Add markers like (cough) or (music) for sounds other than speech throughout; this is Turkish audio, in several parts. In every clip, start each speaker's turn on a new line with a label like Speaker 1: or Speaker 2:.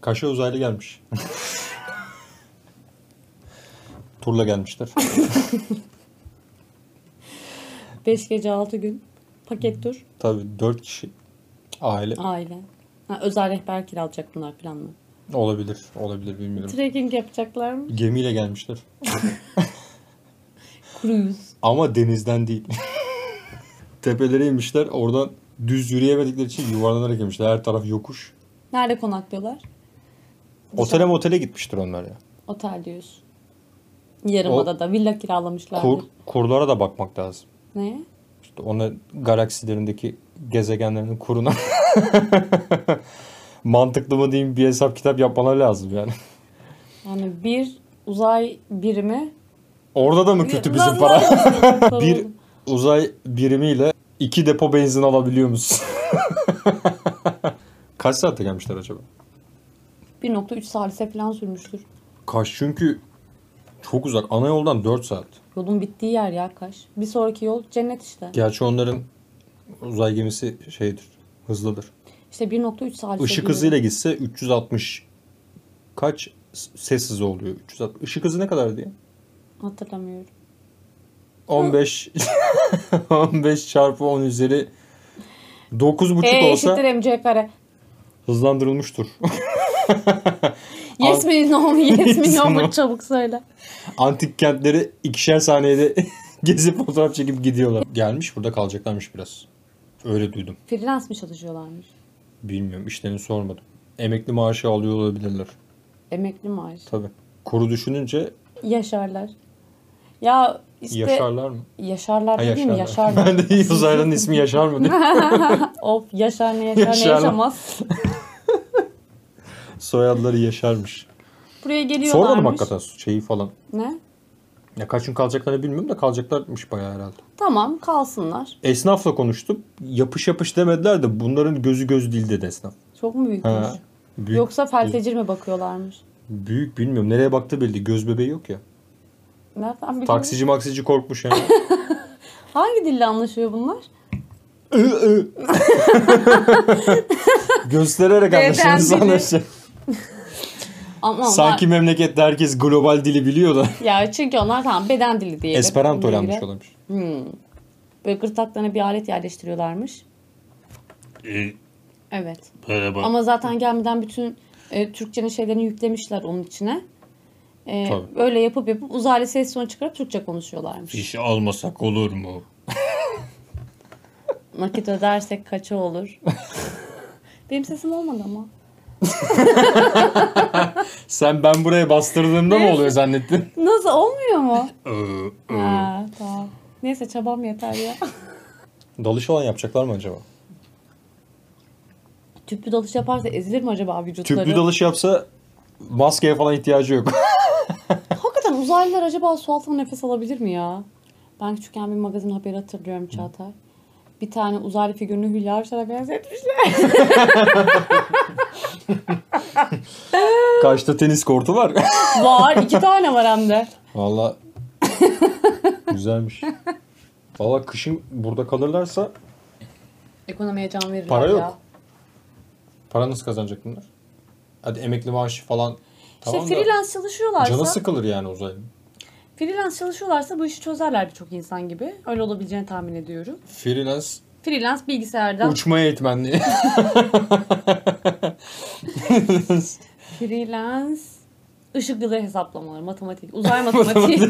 Speaker 1: Kaşa uzaylı gelmiş. Turla gelmiştir.
Speaker 2: Beş gece altı gün paket tur
Speaker 1: Tabii dört kişi aile
Speaker 2: aile. Ha, özel rehber kiralayacak bunlar planlı.
Speaker 1: olabilir. Olabilir bilmiyorum.
Speaker 2: Trekking yapacaklar mı?
Speaker 1: Gemiyle gelmiştir.
Speaker 2: Cruise.
Speaker 1: Ama denizden değil. (laughs) Tepelere inmişler. Oradan düz yürüyemedikleri için yuvarlanarak inmişler. Her taraf yokuş.
Speaker 2: Nerede konaklıyorlar?
Speaker 1: Otele motele gitmiştir onlar ya.
Speaker 2: Otel diyoruz. Yarımada'da villa kiralamışlar.
Speaker 1: Kur, kurlara da bakmak lazım.
Speaker 2: Ne?
Speaker 1: İşte ona galaksilerindeki gezegenlerinin kuruna (laughs) mantıklı mı diyeyim bir hesap kitap yapmaları lazım yani.
Speaker 2: Yani bir uzay birimi.
Speaker 1: Orada da mı kötü bizim
Speaker 2: Lan-
Speaker 1: para? (laughs)
Speaker 2: lan-
Speaker 1: bir uzay birimiyle iki depo benzin alabiliyor musun? (laughs) Kaç saatte gelmişler acaba?
Speaker 2: 1.3 salise falan sürmüştür.
Speaker 1: Kaş çünkü çok uzak. Ana yoldan 4 saat.
Speaker 2: Yolun bittiği yer ya Kaş. Bir sonraki yol cennet işte.
Speaker 1: Gerçi onların uzay gemisi şeydir, hızlıdır.
Speaker 2: İşte 1.3 salise.
Speaker 1: Işık
Speaker 2: diyorum.
Speaker 1: hızıyla gitse 360 kaç s- ses hızı oluyor? 360. Işık hızı ne kadar diye?
Speaker 2: Hatırlamıyorum.
Speaker 1: 15 15 çarpı 10 üzeri 9,5
Speaker 2: E
Speaker 1: olsa
Speaker 2: eşittir MC kare.
Speaker 1: hızlandırılmıştır.
Speaker 2: Yes mi no mu yes mi
Speaker 1: (laughs)
Speaker 2: no
Speaker 1: No.
Speaker 2: mu çabuk söyle.
Speaker 1: Antik kentleri ikişer saniyede (laughs) gezip fotoğraf çekip gidiyorlar. Gelmiş burada kalacaklarmış biraz. Öyle duydum.
Speaker 2: Freelance mi çalışıyorlarmış?
Speaker 1: Bilmiyorum işlerini sormadım. Emekli maaşı alıyor olabilirler.
Speaker 2: Emekli maaş.
Speaker 1: Tabii. Kuru düşününce
Speaker 2: Yaşarlar. Ya işte
Speaker 1: yaşarlar mı?
Speaker 2: yaşarlar
Speaker 1: Ha,
Speaker 2: değil
Speaker 1: (laughs)
Speaker 2: mi? Yaşarlar.
Speaker 1: Ben de uzaylının ismi Yaşar mı? dedim.
Speaker 2: of yaşar ne yaşar ne
Speaker 1: Yaşarlar.
Speaker 2: yaşamaz. (laughs)
Speaker 1: Soyadları Yaşarmış.
Speaker 2: Buraya geliyorlarmış.
Speaker 1: Sormadım hakikaten şeyi falan.
Speaker 2: Ne?
Speaker 1: Ya kaç gün kalacaklarını bilmiyorum da kalacaklarmış bayağı herhalde.
Speaker 2: Tamam kalsınlar.
Speaker 1: Esnafla konuştum. Yapış yapış demediler de bunların gözü göz değil dedi esnaf.
Speaker 2: Çok mu büyükmüş?
Speaker 1: Ha. Büyük,
Speaker 2: Yoksa felsecir mi bakıyorlarmış?
Speaker 1: Büyük bilmiyorum. Nereye baktı belli. Göz bebeği yok ya.
Speaker 2: Nereden biliyorsun?
Speaker 1: Taksici maksici korkmuş
Speaker 2: (laughs)
Speaker 1: yani.
Speaker 2: Hangi dille anlaşıyor bunlar? (laughs)
Speaker 1: Göstererek anlaşılmış
Speaker 2: Beden dili.
Speaker 1: anlaşılır.
Speaker 2: Ama onlar-
Speaker 1: Sanki memlekette herkes global dili biliyor da.
Speaker 2: Ya çünkü onlar tamam beden dili diyelim.
Speaker 1: Esperanto
Speaker 2: Buna
Speaker 1: öğrenmiş
Speaker 2: göre.
Speaker 1: olmuş.
Speaker 2: Hmm. Böyle gırtlaklarına bir alet yerleştiriyorlarmış. Evet.
Speaker 1: Merhaba.
Speaker 2: Ama zaten gelmeden bütün e, Türkçenin şeylerini yüklemişler onun içine. E,
Speaker 1: Tabii.
Speaker 2: öyle yapıp yapıp uzaylı ses sonu çıkarıp Türkçe konuşuyorlarmış.
Speaker 1: İş almasak olur mu?
Speaker 2: Nakit ödersek
Speaker 1: (laughs)
Speaker 2: kaça olur? Benim sesim olmadı ama.
Speaker 1: Sen ben buraya bastırdığımda mı oluyor zannettin?
Speaker 2: Nasıl olmuyor mu?
Speaker 1: Ee, e.
Speaker 2: ha, tamam. Neyse çabam yeter ya. (laughs)
Speaker 1: Dalış falan yapacaklar mı acaba?
Speaker 2: Tüplü dalış yaparsa ezilir mi acaba vücutları?
Speaker 1: Tüplü dalış yapsa maskeye falan ihtiyacı
Speaker 2: (laughs)
Speaker 1: yok.
Speaker 2: Hakikaten uzaylılar acaba su altında nefes alabilir mi ya? Ben küçükken bir magazin haberi hatırlıyorum Çağatay. Bir tane uzaylı figürünü Hülya
Speaker 1: (laughs)
Speaker 2: Avşar'a benzetmişler.
Speaker 1: Kaçta tenis kortu (laughs) var.
Speaker 2: var iki tane var hem de. (laughs)
Speaker 1: Valla güzelmiş. Valla kışın burada kalırlarsa
Speaker 2: Ekonomiye can verirler
Speaker 1: Para yok.
Speaker 2: ya.
Speaker 1: para nasıl kazanacak bunlar? Hadi emekli maaşı falan
Speaker 2: İşte
Speaker 1: tamam da
Speaker 2: Şey, freelance çalışıyorlarsa,
Speaker 1: canı sıkılır yani uzaylı.
Speaker 2: freelance çalışıyorlarsa bu işi çözerler birçok insan gibi. Öyle olabileceğini tahmin ediyorum.
Speaker 1: Freelance
Speaker 2: Freelance bilgisayardan,
Speaker 1: uçma eğitmenliği. (laughs)
Speaker 2: freelance ışık yılı hesaplamaları,
Speaker 1: (laughs)
Speaker 2: matematik, uzay matematiği. (laughs)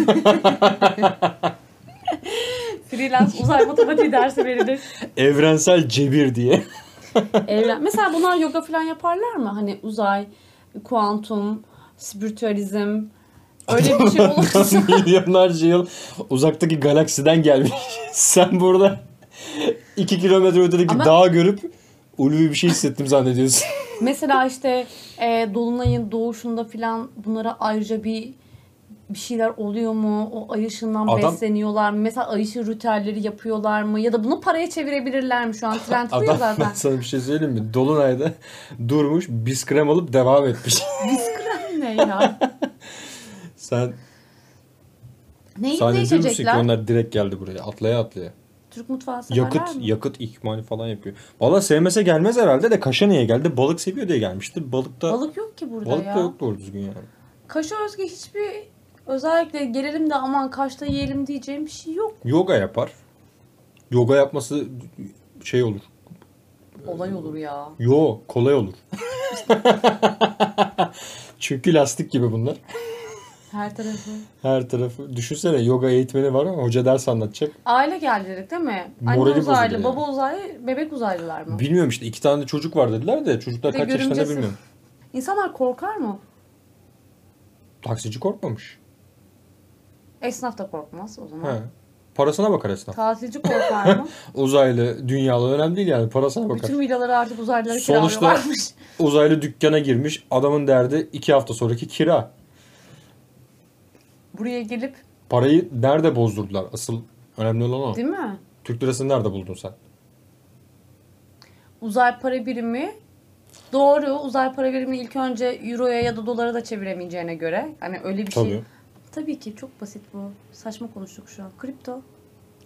Speaker 2: freelance uzay matematiği dersi verilir.
Speaker 1: Evrensel cebir diye. (laughs)
Speaker 2: Evren. Mesela bunlar yoga falan yaparlar mı? Hani uzay, kuantum, spiritüalizm
Speaker 1: (laughs)
Speaker 2: öyle bir şey olursa
Speaker 1: Milyonlarca şey yıl uzaktaki galaksiden gelmiş. (laughs) Sen burada 2 kilometre ötedeki
Speaker 2: Ama-
Speaker 1: dağı görüp ulvi bir şey hissettim
Speaker 2: (laughs)
Speaker 1: zannediyorsun.
Speaker 2: Mesela işte e, Dolunay'ın doğuşunda filan bunlara ayrıca bir bir şeyler oluyor mu? O ay ışığından
Speaker 1: Adam-
Speaker 2: besleniyorlar mı? Mesela ay ışığı ritüelleri yapıyorlar mı? Ya da bunu paraya çevirebilirler mi? Şu an trend bu ya
Speaker 1: Adam
Speaker 2: zaten.
Speaker 1: ben (laughs) sana bir şey söyleyeyim mi? Dolunay'da durmuş biskrem alıp devam etmiş.
Speaker 2: ne ya?
Speaker 1: (laughs) Sen
Speaker 2: Ne yiyip ne
Speaker 1: sadece misin ki
Speaker 2: içecekler?
Speaker 1: onlar direkt geldi buraya atlaya atlaya.
Speaker 2: Türk mutfağı severler
Speaker 1: Yakıt
Speaker 2: mi?
Speaker 1: yakıt ikmali falan yapıyor. Valla sevmese gelmez herhalde de kaşa niye geldi? Balık seviyor diye gelmiştir. Balıkta balık,
Speaker 2: Balık yok ki burada
Speaker 1: balık
Speaker 2: ya.
Speaker 1: da yok doğru düzgün yani.
Speaker 2: Kaşa özgü hiçbir özellikle gelelim de aman kaşta yiyelim diyeceğim bir şey yok.
Speaker 1: Yoga yapar. Yoga yapması şey olur.
Speaker 2: Olay olur ya.
Speaker 1: Yo kolay olur. (laughs) Çünkü lastik gibi bunlar.
Speaker 2: Her tarafı.
Speaker 1: Her tarafı. Düşünsene yoga eğitmeni var ama hoca ders anlatacak.
Speaker 2: Aile geldilik değil mi?
Speaker 1: Morali
Speaker 2: Anne
Speaker 1: bozuldu
Speaker 2: uzaylı,
Speaker 1: yani.
Speaker 2: baba uzaylı, bebek uzaylılar mı?
Speaker 1: Bilmiyorum işte iki tane de çocuk var dediler de çocuklar
Speaker 2: Bir de
Speaker 1: kaç yaşlarında
Speaker 2: görümcesi.
Speaker 1: bilmiyorum.
Speaker 2: İnsanlar korkar mı?
Speaker 1: Taksici korkmamış.
Speaker 2: Esnaf da korkmaz o zaman.
Speaker 1: He. Parasına bakar esnaf.
Speaker 2: Tatilci
Speaker 1: (laughs)
Speaker 2: korkar mı?
Speaker 1: Uzaylı, dünyalı önemli değil yani parasına bakar.
Speaker 2: Bütün villaları artık uzaylılara
Speaker 1: Sonuçta-
Speaker 2: (laughs) kiralıyorlarmış.
Speaker 1: Uzaylı dükkana girmiş adamın derdi iki hafta sonraki kira.
Speaker 2: Buraya gelip
Speaker 1: Parayı nerede bozdurdular asıl önemli olan o.
Speaker 2: değil mi?
Speaker 1: Türk lirasını nerede buldun sen?
Speaker 2: Uzay para birimi doğru. Uzay para birimini ilk önce euroya ya da dolara da çeviremeyeceğine göre. Hani öyle bir şey.
Speaker 1: Tabii.
Speaker 2: Tabii ki çok basit bu. Saçma konuştuk şu an. Kripto.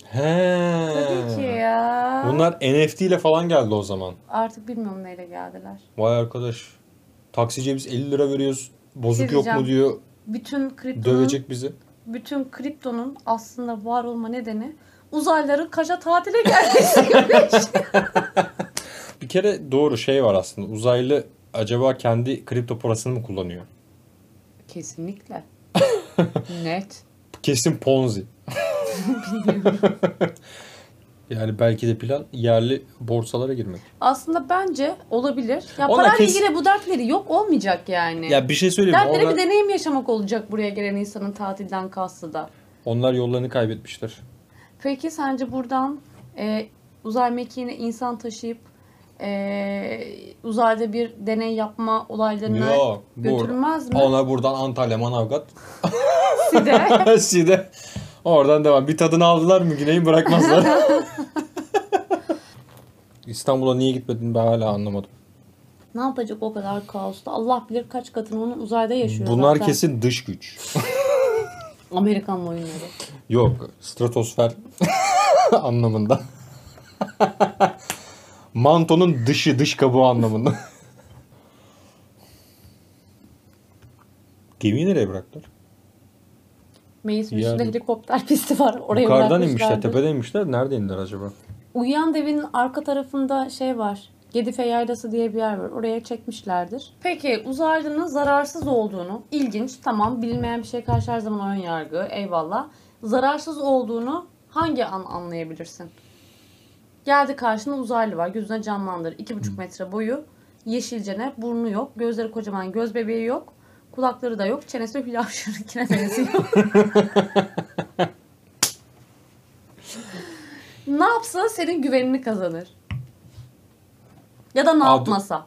Speaker 1: He.
Speaker 2: Tabii ki ya.
Speaker 1: Bunlar NFT ile falan geldi o zaman.
Speaker 2: Artık bilmiyorum neyle geldiler.
Speaker 1: Vay arkadaş. Taksiciye biz 50 lira veriyoruz. Bozuk
Speaker 2: Şey
Speaker 1: yok mu
Speaker 2: diyeceğim.
Speaker 1: diyor.
Speaker 2: Bütün kriptonun,
Speaker 1: Dövecek bizi.
Speaker 2: bütün kriptonun aslında var olma nedeni uzaylıların kaşa
Speaker 1: (laughs)
Speaker 2: tatile gelmesi gibi bir şey.
Speaker 1: Bir kere doğru şey var aslında. Uzaylı acaba kendi kripto parasını mı kullanıyor? (laughs)
Speaker 2: Kesinlikle. Net.
Speaker 1: Kesin
Speaker 2: (laughs)
Speaker 1: Ponzi. (laughs) yani belki de plan yerli borsalara girmek.
Speaker 2: Aslında bence olabilir. Ya
Speaker 1: Onlar
Speaker 2: parayla
Speaker 1: kes-
Speaker 2: ilgili bu dertleri yok olmayacak yani.
Speaker 1: Ya bir şey söyleyeyim. mi?
Speaker 2: Dertlere
Speaker 1: Onlar,
Speaker 2: bir deneyim yaşamak olacak buraya gelen insanın tatilden kastı da.
Speaker 1: onlar yollarını kaybetmişler.
Speaker 2: Peki sence buradan e, uzay mekiğine insan taşıyıp e, uzayda bir deney yapma olaylarına
Speaker 1: Yok. Bu,
Speaker 2: götürülmez (laughs) mi?
Speaker 1: onlar buradan Antalya, Manavgat. (laughs)
Speaker 2: Side.
Speaker 1: Side. Oradan devam. Bir tadını aldılar mı Güney'i bırakmazlar. (laughs) İstanbul'a niye gitmedin ben hala anlamadım.
Speaker 2: ne yapacak o kadar kaosta? Allah bilir kaç katını onun uzayda yaşıyor.
Speaker 1: Bunlar
Speaker 2: zaten.
Speaker 1: kesin dış güç.
Speaker 2: Amerikan oyunları.
Speaker 1: Yok, stratosfer (laughs) anlamında. Mantonun dışı, dış kabuğu anlamında. Gemiyi nereye bıraktılar?
Speaker 2: Meclisin
Speaker 1: Yani-
Speaker 2: üstünde helikopter (laughs) pisti var. Oraya
Speaker 1: Yukarıdan inmişler,
Speaker 2: bırakmışlardı.
Speaker 1: tepeden inmişler. Nerede indiler acaba?
Speaker 2: Uyuyan devenin arka tarafında şey var. Gedife Yaylası diye bir yer var. Oraya çekmişlerdir. Peki uzaylının zararsız olduğunu, ilginç tamam bilinmeyen bir şey karşı her zaman ön yargı eyvallah. Zararsız olduğunu hangi an anlayabilirsin? Geldi karşına uzaylı var. Gözüne canlandır. 2,5 metre boyu. Yeşilcene, burnu yok. Gözleri kocaman, göz bebeği yok. Kulakları da yok. Çenesi Hülya (laughs) Avşar'ınkine benziyor.
Speaker 1: (laughs)
Speaker 2: ne yapsa senin güvenini kazanır. Ya da ne
Speaker 1: Abi-
Speaker 2: yapmasa.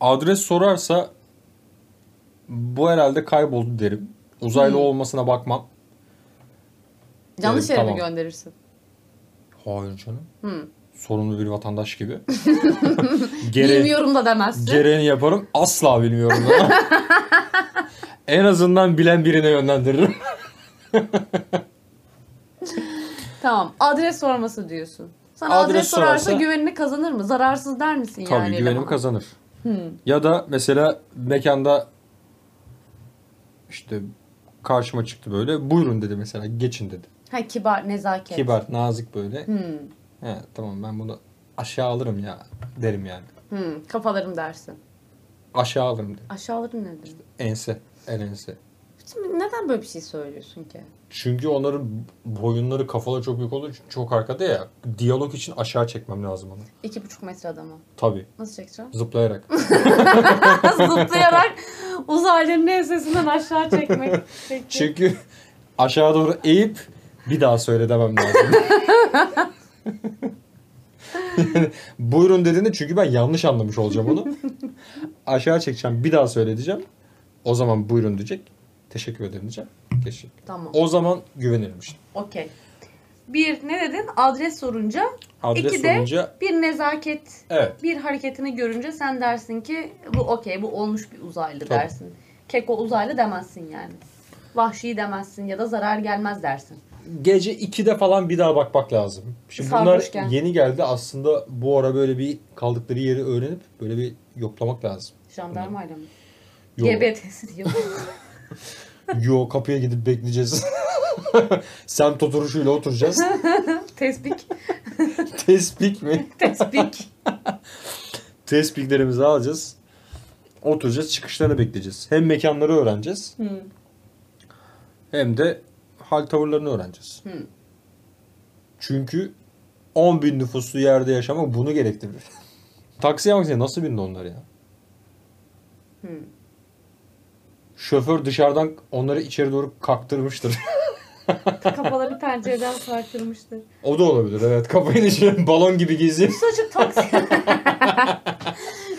Speaker 1: Adres sorarsa bu herhalde kayboldu derim. Uzaylı
Speaker 2: Hmm.
Speaker 1: olmasına bakmam.
Speaker 2: Yanlış
Speaker 1: Evet,
Speaker 2: yere mi
Speaker 1: tamam.
Speaker 2: gönderirsin?
Speaker 1: Hayır canım.
Speaker 2: Hı.
Speaker 1: Sorumlu bir vatandaş gibi.
Speaker 2: (laughs)
Speaker 1: Gere-
Speaker 2: Bilmiyorum da demezsin.
Speaker 1: Gereğini yaparım. Asla bilmiyorum.
Speaker 2: (laughs)
Speaker 1: da. en azından bilen birine yönlendiririm.
Speaker 2: Tamam. Adres sorması diyorsun. Sana adres,
Speaker 1: Adres
Speaker 2: sorarsa,
Speaker 1: sorarsa-
Speaker 2: güvenini kazanır mı? Zararsız der misin yani? Hmm.
Speaker 1: Tabii güvenimi
Speaker 2: elemana?
Speaker 1: kazanır. Ya da mesela mekanda işte karşıma çıktı böyle. Buyurun dedi mesela. Geçin dedi.
Speaker 2: Ha kibar, nezaket.
Speaker 1: Kibar, nazik böyle.
Speaker 2: Hmm,
Speaker 1: He, tamam ben bunu aşağı alırım ya derim yani.
Speaker 2: hmm, kafalarım dersin.
Speaker 1: Aşağı alırım derim.
Speaker 2: Aşağılarım nedir?
Speaker 1: Ense. En ense.
Speaker 2: Şimdi neden böyle bir şey söylüyorsun ki?
Speaker 1: Çünkü onların boyunları kafaları çok büyük olduğu için çok arkada ya. Diyalog için aşağı çekmem lazım onu.
Speaker 2: İki buçuk metre adamı.
Speaker 1: Tabii.
Speaker 2: Nasıl (laughs) çekeceğim?
Speaker 1: Zıplayarak.
Speaker 2: (laughs) Zıplayarak uzaylının ensesinden aşağı (laughs) çekmek. Peki.
Speaker 1: Çünkü aşağı doğru eğip bir daha söyle demem lazım. (laughs) Yani Buyurun dediğinde çünkü ben yanlış anlamış olacağım onu. Aşağı çekeceğim bir daha söyle diyeceğim. O zaman buyurun diyecek. Teşekkür ederim diyeceğim. Geçecek.
Speaker 2: Tamam.
Speaker 1: O zaman güvenirim işte.
Speaker 2: Okey. Bir ne dedin? Adres sorunca.
Speaker 1: Adres
Speaker 2: İki de-
Speaker 1: sorunca
Speaker 2: Bir nezaket
Speaker 1: evet.
Speaker 2: bir hareketini görünce sen dersin ki bu okey bu olmuş bir uzaylı
Speaker 1: Tabii.
Speaker 2: dersin. Keko uzaylı demezsin yani. Vahşi demezsin ya da zarar gelmez dersin.
Speaker 1: Gece 2'de falan bir daha bakmak lazım. Şimdi bunlar
Speaker 2: Sarhoşken.
Speaker 1: yeni geldi. Aslında bu ara böyle bir kaldıkları yeri öğrenip böyle bir yoklamak lazım.
Speaker 2: Jandarmayla mı?
Speaker 1: Yok.
Speaker 2: GBT'si diyor. (laughs)
Speaker 1: Yo kapıya gidip bekleyeceğiz. (laughs) Semt oturuşuyla oturacağız.
Speaker 2: Tespik.
Speaker 1: Tespik mi?
Speaker 2: Tespik. (laughs)
Speaker 1: Tespiklerimizi alacağız. Oturacağız çıkışlarını bekleyeceğiz. Hem mekanları öğreneceğiz.
Speaker 2: Hı.
Speaker 1: Hem de hal tavırlarını öğreneceğiz.
Speaker 2: Hı.
Speaker 1: Çünkü 10 bin nüfuslu yerde yaşamak bunu gerektirir. (laughs) Taksiye maksiye nasıl bindi onlar ya?
Speaker 2: Hı.
Speaker 1: Şoför dışarıdan onları içeri doğru kaktırmıştır. (laughs)
Speaker 2: Kafaları pencereden sarkılmıştır.
Speaker 1: o da olabilir evet. Kafayı içeri balon gibi geziyor.
Speaker 2: Üstü
Speaker 1: (laughs)
Speaker 2: açık taksi.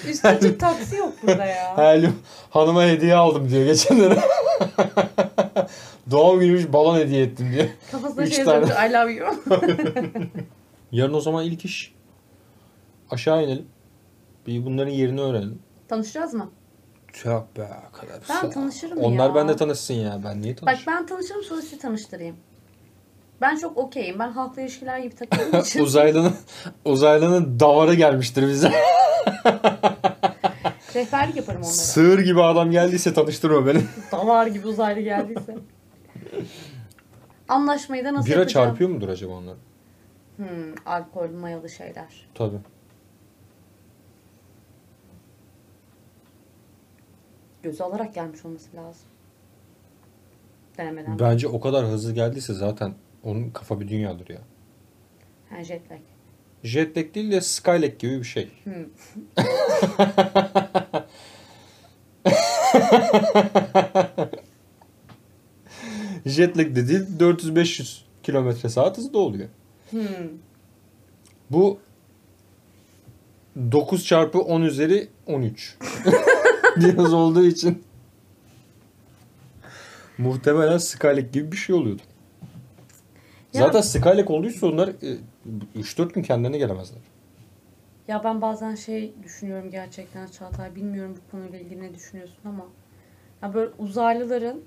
Speaker 2: Üstü açık taksi yok burada ya.
Speaker 1: Halim hanıma hediye aldım diyor geçenlere. (laughs) Doğum günüymüş balon hediye ettim diyor.
Speaker 2: Kafasına
Speaker 1: Üç
Speaker 2: şey
Speaker 1: tane.
Speaker 2: yazıyormuş. I love you. (laughs)
Speaker 1: Yarın o zaman ilk iş aşağı inelim. Bir bunların yerini öğrenelim.
Speaker 2: Tanışacağız mı?
Speaker 1: Çok be kadar.
Speaker 2: Ben tanışırım
Speaker 1: Onlar
Speaker 2: ya.
Speaker 1: Onlar bende tanışsın ya. Ben niye
Speaker 2: Bak
Speaker 1: tanışayım?
Speaker 2: ben tanışırım sonra sizi tanıştırayım. Ben çok okeyim. Ben halkla ilişkiler
Speaker 1: (laughs)
Speaker 2: gibi takıldığım için.
Speaker 1: uzaylının, uzaylının davarı gelmiştir bize.
Speaker 2: Rehberlik yaparım onlara.
Speaker 1: Sığır gibi adam geldiyse tanıştırma beni.
Speaker 2: Davar gibi uzaylı geldiyse. Anlaşmayı da
Speaker 1: (laughs)
Speaker 2: nasıl
Speaker 1: Bira
Speaker 2: yapacağım?
Speaker 1: çarpıyor mudur acaba onlar?
Speaker 2: Hmm, alkol, mayalı şeyler.
Speaker 1: Tabii.
Speaker 2: Göze alarak gelmiş olması lazım. Denemeden.
Speaker 1: Bence o kadar hızlı geldiyse zaten onun kafa bir dünyadır ya.
Speaker 2: Ha, jet lag.
Speaker 1: Jet lag değil de Skylake gibi bir şey.
Speaker 2: Hmm.
Speaker 1: Jet lag dediğin 400-500 kilometre saat hızda oluyor.
Speaker 2: Hmm.
Speaker 1: Bu 9 çarpı 10 üzeri
Speaker 2: (laughs)
Speaker 1: 13. Biraz olduğu için muhtemelen Skylake gibi bir şey oluyordu.
Speaker 2: Ya-
Speaker 1: Zaten Skylake olduysa onlar e, 3-4 gün kendilerine gelemezler.
Speaker 2: Ya ben bazen şey düşünüyorum gerçekten Çağatay. Bilmiyorum bu konuyla ilgili ne düşünüyorsun ama. Ya böyle uzaylıların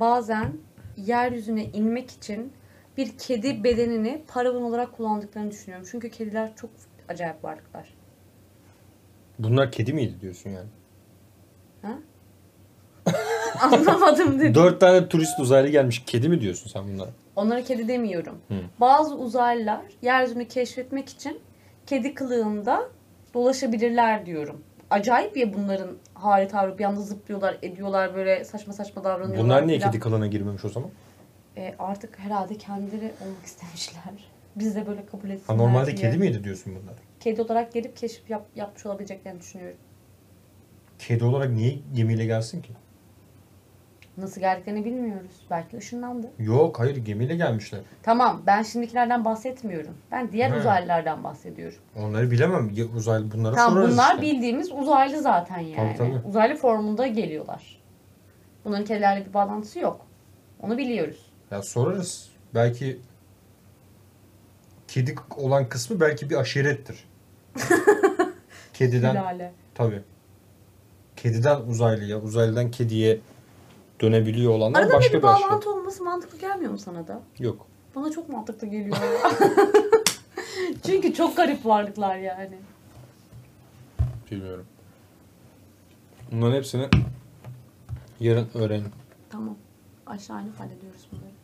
Speaker 2: bazen yeryüzüne inmek için bir kedi bedenini paravan olarak kullandıklarını düşünüyorum. Çünkü kediler çok acayip varlıklar. (laughs)
Speaker 1: Bunlar kedi miydi diyorsun yani?
Speaker 2: Anlamadım dedi.
Speaker 1: 4 tane turist uzaylı gelmiş. Kedi mi diyorsun sen bunlara?
Speaker 2: Onlara kedi demiyorum.
Speaker 1: Hı.
Speaker 2: Bazı uzaylılar yeryüzünü keşfetmek için kedi kılığında dolaşabilirler diyorum. Acayip ya bunların hali tavrı. Bir anda zıplıyorlar, ediyorlar böyle saçma saçma davranıyorlar.
Speaker 1: Bunlar niye
Speaker 2: filan.
Speaker 1: kedi kılığına girmemiş o zaman?
Speaker 2: E, artık herhalde kendileri olmak istemişler. (laughs) Biz de böyle kabul etsinler
Speaker 1: Ha, normalde
Speaker 2: diye.
Speaker 1: kedi miydi diyorsun bunlar?
Speaker 2: Kedi olarak gelip keşif yap, yapmış olabileceklerini düşünüyorum.
Speaker 1: Kedi olarak niye gemiyle gelsin ki?
Speaker 2: Nasıl geldiklerini bilmiyoruz. Belki ışınlandı.
Speaker 1: Yok hayır gemiyle gelmişler.
Speaker 2: Tamam ben şimdikilerden bahsetmiyorum. Ben diğer
Speaker 1: He.
Speaker 2: uzaylılardan bahsediyorum.
Speaker 1: Onları bilemem. Ya Uzaylı bunlara
Speaker 2: Tamam
Speaker 1: sorarız
Speaker 2: bunlar
Speaker 1: işte.
Speaker 2: bildiğimiz uzaylı zaten yani.
Speaker 1: tabii.
Speaker 2: Uzaylı formunda geliyorlar. Bunların kedilerle bir bağlantısı yok. Onu biliyoruz.
Speaker 1: Ya sorarız. Belki kedi olan kısmı belki bir
Speaker 2: (laughs)
Speaker 1: aşirettir. Kediden
Speaker 2: Hilale.
Speaker 1: tabii. Kediden uzaylıya, uzaylıdan kediye dönebiliyor olanlar
Speaker 2: Arada
Speaker 1: başka
Speaker 2: bir
Speaker 1: bir aşiret.
Speaker 2: bağlantı olması mantıklı gelmiyor mu sana da?
Speaker 1: Yok.
Speaker 2: Bana çok mantıklı geliyor. (laughs) Çünkü çok garip varlıklar yani.
Speaker 1: Bilmiyorum. Bunların hepsini yarın öğrenin.
Speaker 2: Tamam. Aşağı inip hallediyoruz bunları.